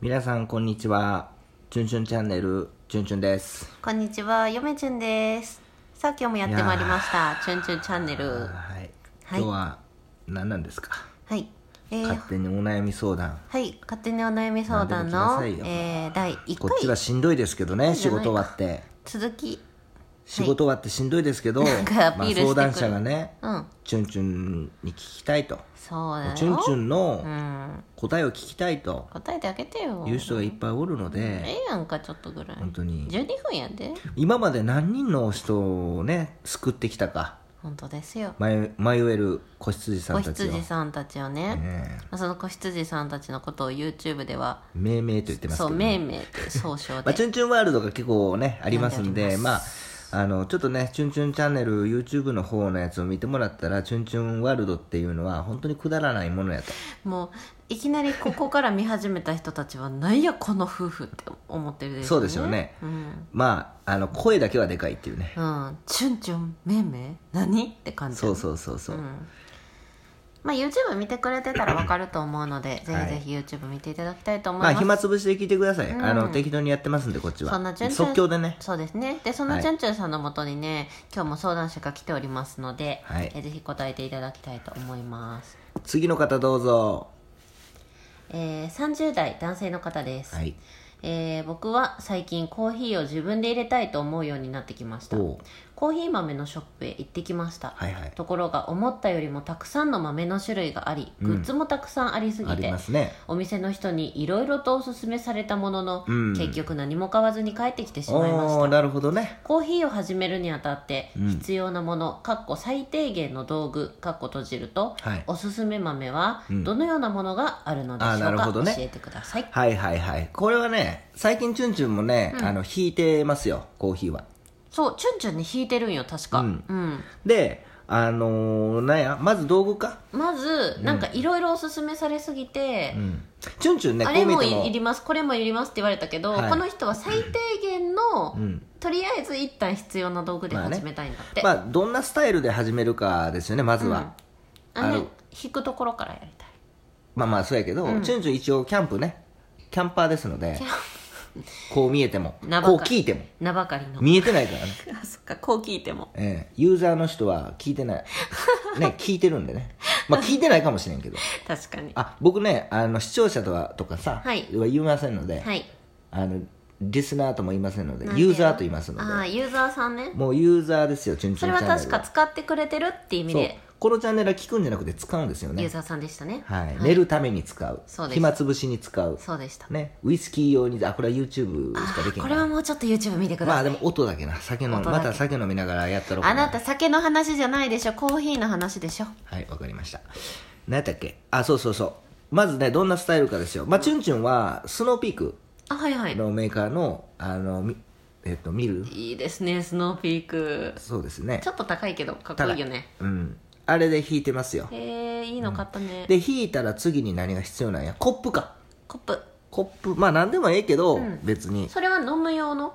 皆さんこんにちは「じゅんじゅんチャンネルじゅんじゅん」ですこんにちは、嫁ちゅんです。さあ、今日もやってまいりました。ちゅんちゅんチャンネル。はいは今い日は何なんですか、はい。えー、勝手にお悩み相談はい。勝手にお悩み相談なんの、でも来なさいよえー、第1こっちは回しんどいですけどねじ仕ゃないか事終わって続き。仕事終わってしんどいですけど、なんかアピールしてくる相談者がねうん。チュンチュンに聞きたいとそうだよ。チュンチュンうのん。答えを聞きたいと答えてあげてよ。いう人がいっぱいおるのえでえやんか、ちょっとぐらい。本当に12分やで。今まで何人の人をね救ってきたか本当ですよ。迷迷える子羊さ子んたちを、羊ねさんたちをね。え、まあその子羊さんたちのことを YouTube では、命名と言ってますけそどう、ね、めいめいって総称まあ、でチ。ュンチュンワールドが結構ね、ありますんあで、りまあ、あの、ちょっとね、チュンチュンチャンネル、YouTube の方のやつを見てもらったら、チュンチュンワールドっていうのは、本当にくだらないものやと。もういきなりここから見始めた人たちは「なんやこの夫婦」って思ってるでしょそうですよねうん、まあ、あの、声だけはでかいっていうね。うん、チュンチュンめいめい何って感じそうそうそうそうう。んまあ YouTube 見てくれてたら分かると思うのでぜはいひぜひ YouTube 見ていただきたいと思いまます、あ、暇つぶしで聞いてください。うんあの、適当にやってますんで、こっちは。そんなチュンチュン即興でね。そうですねでそのはいチュンチュンさんのもとにね、今日も相談者が来ておりますので、はいえぜひ答えていただきたいと思います、次の方どうぞ。えー、30代男性の方です、はい。えー僕は最近コーヒーを自分で入れたいと思うようになってきましたおうコーヒー豆のショップへ行ってきました、はいはい。ところが思ったよりもたくさんの豆の種類があり、うんグッズもたくさんありすあぎりてますね。お店の人にいろいろとおすすめされたものの、うん結局何も買わずに帰ってきてしまいましおたー、なるほどね。コーヒーを始めるにあたってうん必要なもの、かっこ最低限の道具かっこ閉じると、はいおすすめ豆はうんどのようなものがあるのでしあーょなうるか、ほどね教えてくださいはいはいはい。これはね、最近チュンチュンもね、あの、引いてますよ、コーヒーは。そうチュンチュンに引いてるんよ確かうんうんで、あのーなんや、まず道具か。まずなんかいろいろおすすめされすぎて、うん。チュンチュンね、あこれう見もていもり。ますこれもいりますって言われたけど、はいこの人は最低限の、うん。とりあえず一旦必要な道具でまあね始めたいんだって、まあ、どんなスタイルで始めるかですよね、まずは。あのあねる引くところからやりたいまあまあ、そうやけど、うんチュンチュン一応キャンプね。キャンパーですのでキャン、こう見えても、こう名ばかり聞いても、 名ばかりの見えてないからね。あ そっかこう聞いてもええユーザーの人は聞いて ない。ね、聞いてるんでね。まあ、聞いてないかもしれんけど。確かにあ、僕ね、あの、視聴者とは、とかさ、はい言いませんので、はいあの、リスナーとも言いませんのでなん、てユーザーと言いますので。ああユーザーさんねもうユーザーですよ、チュンチそュンれチャはンネル確か使ってくれてるって意味そうで、このチャンネルは聞くんじゃなくて使うんですよユーね。ザーさんでしたねはい。寝るために使うそう。です暇つぶしに使う。そうでしたね。ウイスキー用に、あ、これは YouTube しかできこな。れはいもうちょっと YouTube 見てくだまさあい、でも音だけな。酒飲む。音だけまた酒飲みながらやったろうあかなた酒の話じゃないでしょコーヒーの話でしょはい、わかりました。何やったっけあ、そうそうそう。まずね、どんなスタイルかですよ。まあ、チュンチュンは、スノーピークあはいはいのメーカーの、あの、みえっと、ミル。いいですねスノーピークそうですねち。ょっと高いけどかっこただいいよねうん。あれで弾いてますよ。へえいいの買ったね、で、引いたら次に何が必要なんやコップか。コップコップ、まあ何でもええけど、うん別に。それは飲む用の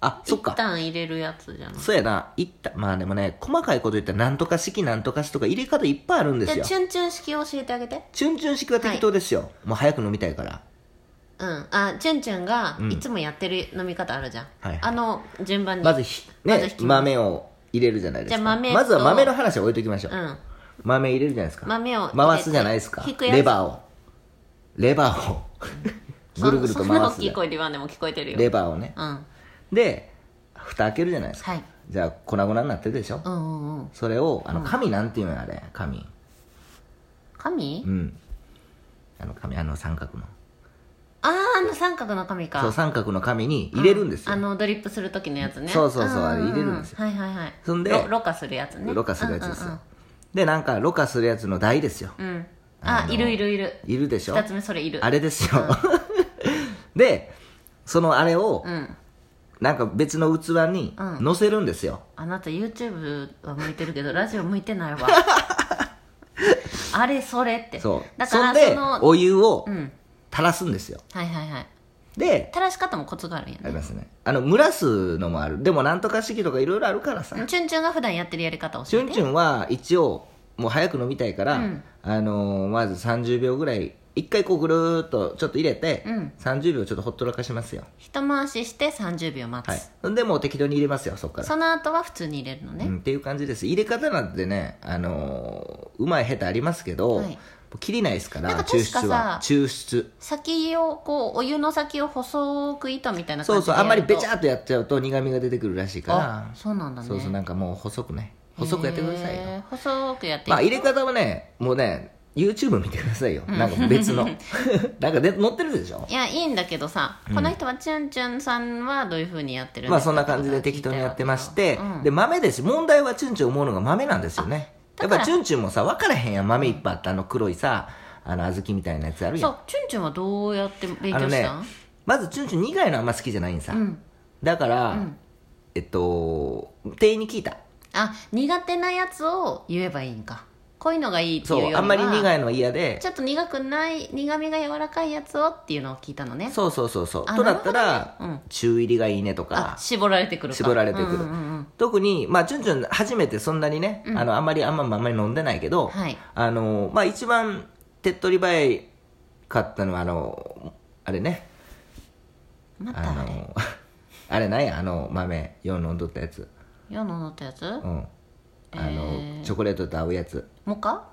あ、そ一っか。旦入れるやつじゃないそうやな。いった、まあでもね、細かいこと言ったら、なんとか式、なんとか式とか入れ方いっぱいあるんでじゃすあよ。チュンチュン式を教えてあげてチュンチュン式は適当ですよ。もう早く飲みたいから。うんあチュンチュンがうんいつもやってる飲み方あるじゃん、はいはいあの順番にまずひ、まずね引、きます豆を入れるじゃないですか。じゃあ豆とまずは豆の話は置いときましょう。うん豆入れるじゃないですか。豆を入れて回すじゃないですか引。くやつレバーを。レバ ーを。ぐるぐるとそんな回大すきじいゃん。声で言わんでも聞こえてるよレバーをね。うんはで、蓋開けるじゃないですか。いじゃあ、粉々になってるでしょ。うんうんうんそれをあの紙なんていうのやあれ紙紙、うんあの紙あの三角のあああの三角の紙かそう三角の紙に入れるんですよ、あのドリップする時のやつねそうそうそうんんん入れるんですよはいはいはいそんでろろ過するやつねろ過するやつですよ、うんうんでなんかろ過するやつの台ですよ、うん、うんああのいるいるいるいるでしょ二つ目それいるあれですよ、 でそのあれをうんなんか別の器にうん乗せるんですよ、あなた YouTube は向いてるけどラジオ向いてない わあれそれってそうだからそんそでのお湯をうん垂らすんですよはいはいはいで垂らし方もコツがあるんやありねますねあの蒸らすのもあるでもなんとか式とかいろいろあるからさ、チュンチュンが普段やってるやり方チ教えュンてチュンは一応もう早く飲みたいから、うんあのーまず30秒ぐらい一回こうぐるーっとちょっと入れて、うん30秒ちょっとほっとらかしますよ一回しして30秒待つ、はいほんでもう適当に入れますよそこからその後は普通に入れるのね、うん、っていう感じです入れ方なんてね、あのーうまい下手ありますけど、はいもう切りないですからなんか確抽かさ出は抽出先をこうお湯の先を細く糸みたいなそ感うじでそうあんまりべちっゃっとやっちゃうと苦みが出てくるらしいからあそうなんだねそうそうなんかもう細くね細くやってくださいよ、へー細くやっていくまあ入れ方はねもうね YouTube 見てくださいよ、なんか別 のなんかで載ってるでしょいやいいんだけどさ、この人はチュンチュンさんはどういうふうにやってるまあそんな感じで適当にやってまして、うんで豆です問題はチュンチュン思うのが豆なんですよねあやだっからぱチュンチュンもさ分からへんやん豆いっぱいあったあの黒いさあの小豆みたいなやつあるやんそうチュンチュンはどうやって勉あの強しねたん、まずチュンチュン苦いのあんま好きじゃないんさ、うんだから、えっと店員に聞いたあ苦手なやつを言えばいいんかこういうのがいいっていうよそりうはあんまり苦いいのは嫌でちょっと苦くない苦みが柔らかいやつをっていうのを聞いたのねそうそうそうそうあとなったら、なるほどね中入りがいいねとあか絞られてくるか絞られてくるうんうんうん特にまあチュンチュン初めてそんなにね、あのあんまりあんまあんまり飲んでないけど、はいあのまあ一番手っ取り早いかったのはあのあれねまあたあれの あれなんやあの豆4飲んどったやつ世ののったやつ、うんあの、チョコレートと合うやつモカ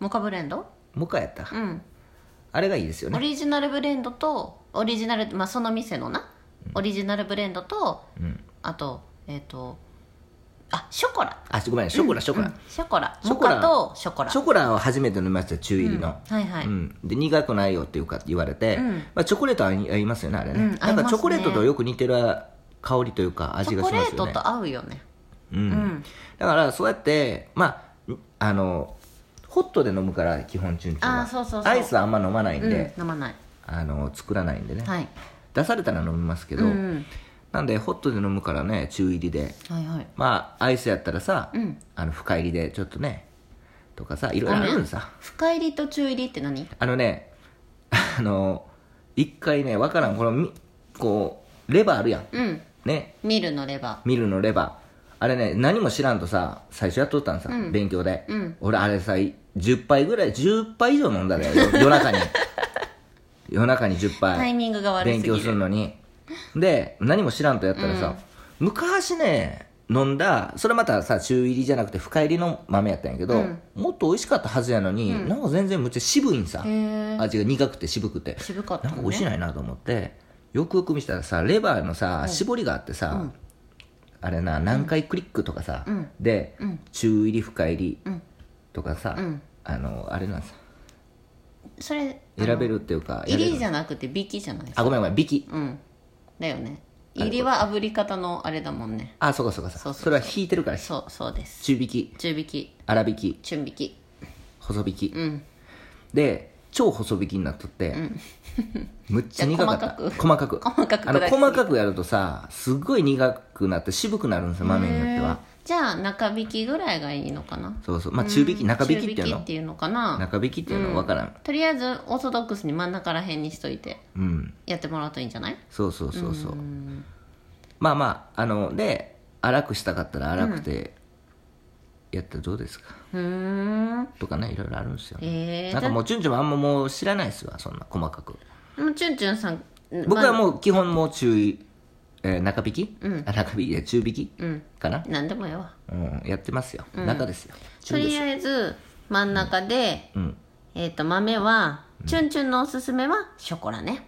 モカブレンドもう一回やった、うんあれがいいですよオねリジナルブレンドとオリジナルまあその店のなオリジナルブレンドと、あとえっ、とあショコラあごめんショコラショコラ、ショコラショモコラカとショコラショコラを初めて飲みました中入りの、はいはい、うん、で苦くないよっていうか言われて、まあ、チョコレート合い合いますよねあれね、うんな合いんまかすねチョコレートとよく似てる香りというかチ味ョがコしレますーよトねと合うよねうんんだからそうやってまああのホットで飲むから基本チュンチュンはあーそうそうそうアイスはあんま飲まないんで、うん、飲まないあの作らないんでね、はい、出されたら飲みますけど、うん、なんでホットで飲むからね中入りではいはいまあアイスやったらさ、んあの深入りでちょっとねとかさいろいろあるんさ深入りと中入りって何あのね あの一回ねわからんこのみこうレバーあるやんうんねミルのレバミルのレバーあれね何も知らんとさ最初やっとったんさ、勉強で、俺あれさ10杯ぐらい10杯以上飲んだでよ夜中 に夜中に10ータイ杯ミングが悪す勉ぎる強するのにで何も知らんとやったらさ、昔ね飲んだそれまたさ中入りじゃなくて深入りの豆やったんやけど、もっと美味しかったはずやのに、なんか全然むっちゃ渋いんさへー味が苦くて渋くて渋かったなんのかね美味しないなと思ってよくよく見せたらさレバーのさ絞りがあってさ、あれな何回クリックとかさ、で、中入り深入りとかさ、あのあれなんさそれ選べるっていうかや入れるりじゃなくて引きじゃないですかあごめんごめんビキうんだよね入りは炙り方のあれだもんねあそうかそうかそうそうそうそうれは引いてるからそうそうです中引き中引き粗引き中引き細引き、んで超細引きになっとって、むっちゃ苦かったじゃあ細かく細かくあの砕いて細かくやるとさすっごい苦くなって渋くなるんですよ豆によってはじゃあ中引きぐらいがいいのかなそうそうまあ中引き中引きっていう中引きのっていうのかな中引きっていうの分からんとりあえずオーソドックスに真ん中らへんにしといてうん、やってもらうといいんじゃないそうそうそうそうまあまああので粗くしたかったら粗くて、やったらどうですかうーんとかねいろいろあるんですよ、ねえなんかもうチュンチュンはあんまもう知らないですわそんな細かくでもチュンチュンさん僕はまもう基本もう中い、えー中引き、あ中引きで中引き、かなあ、何でもええわうん、やってますよ、中ですよと中ですりあえず真ん中で、えっ、と豆はチュンチュンのおすすめはショコラね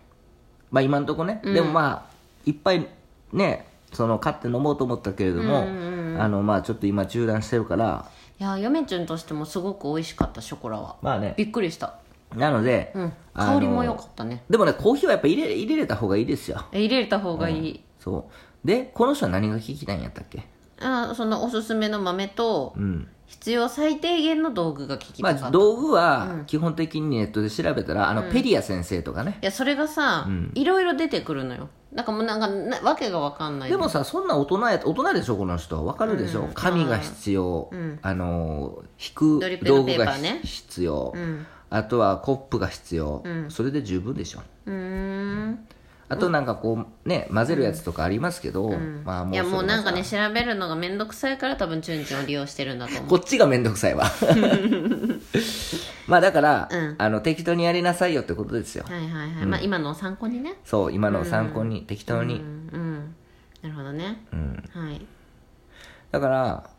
まあ今んとこね、でもまあいっぱいねその買って飲もうと思ったけれども、あのまあちょっと今中断してるからいやー嫁チュンとしてもすごく美味しかったショコラは、まあねびっくりした、なので、うん、あの香りも良かったねでもねコーヒーはやっぱ入れ入れれた方がいいですよえ入れた方がいい、そうでこの人は何が聞きたいんやったっけあーそのおすすめの豆と、ん必要最低限の道具が聞きまたかった、あい道具は基本的にネットで調べたら、あのペリア先生とかね、やそれがさ、いろいろ出てくるのよなんかもうなんかなわけがわかんないでもさそんな大人や大人でしょこの人わかるでしょ、紙が必要、あのドリ引くップ道の具ペーがパーねひ必要、あとはコップが必要、それで十分でしょうーんあとなんかこうね混ぜるやつとかありますけど、まあもういやもうそれはなさんかね調べるのがめ んどくさいから多分チュンチュンを利用してるんだと思うこっちが面倒くさいわまあだから、うんあの適当にやりなさいよってことですよ、はいはいはい、まあ今のを参考にねそう今のを参考に、適当に、うん、うん、なるほどね、はいだから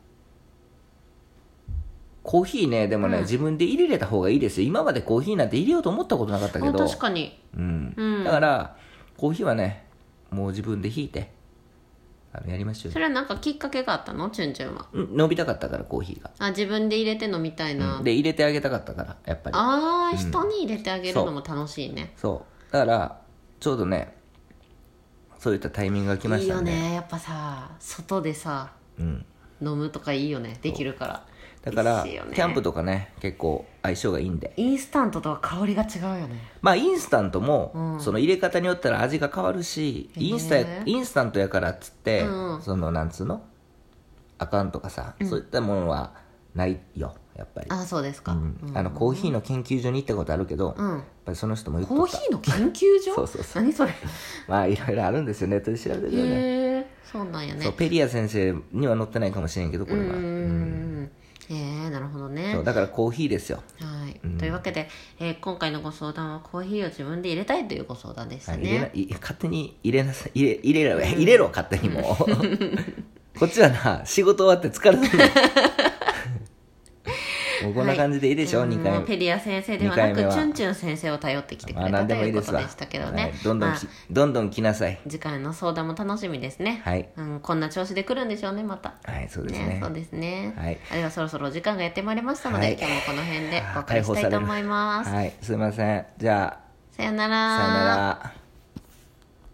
コーヒーねでもね、自分で入れれた方がいいですよ今までコーヒーなんて入れようと思ったことなかったけあど確かにうんうんだからコーヒーはねもう自分で引いてあのやりましょうそれはなんかきっかけがあったのチュンチュンはうん飲みたかったからコーヒーが、あ自分で入れて飲みたいな、で入れてあげたかったからやっぱりああ人に入れてあげるのも楽しいね、そうだからちょうどねそういったタイミングが来まいいしよたねねやっぱさ外でさ、ん飲むとかいいよねできるからだからいいっすよねキャンプとかね結構相性がいいんでインスタントとは香りが違うよねまあインスタントも、その入れ方によったら味が変わるし、インスタやインスタントやからっつって、うんそのなんつうのあかんとかさ、そういったものはないよやっぱりあそうですか、うんあのコーヒーの研究所に行ったことあるけど、やっぱりその人も言っコとーっヒたーの研究所そうそうそ何それへまあいろいろあるんですよネットで調べてくださいえそうなんやねそうペリア先生には載ってないかもしれんけどこれうは、んええなるほどねそうだからコーヒーですよはい、というわけで、えー今回のご相談はコーヒーを自分で入れたいというご相談でした入れなねい勝手に入れなさい入れ入れろ入れろ勝手に もうこっちはな仕事終わって疲れてるもうこんな感じでいいでしょ、うん2回もうペ目リア先生では二な回目くはチュンチュン先生を頼ってきてくまあれた何とでもいいいうでことすでわしたけどね、はいどんどんまあき、どんどん来なさい次回の相談も楽しみですね、はいうん、こんな調子で来るんでしょうねまたはいそうですねそうですね、はいあではそろそろお時間がやってまいりましたので、はい今日もこの辺でおあー別れしたいと思います、はいすいませんじゃさよあさよなら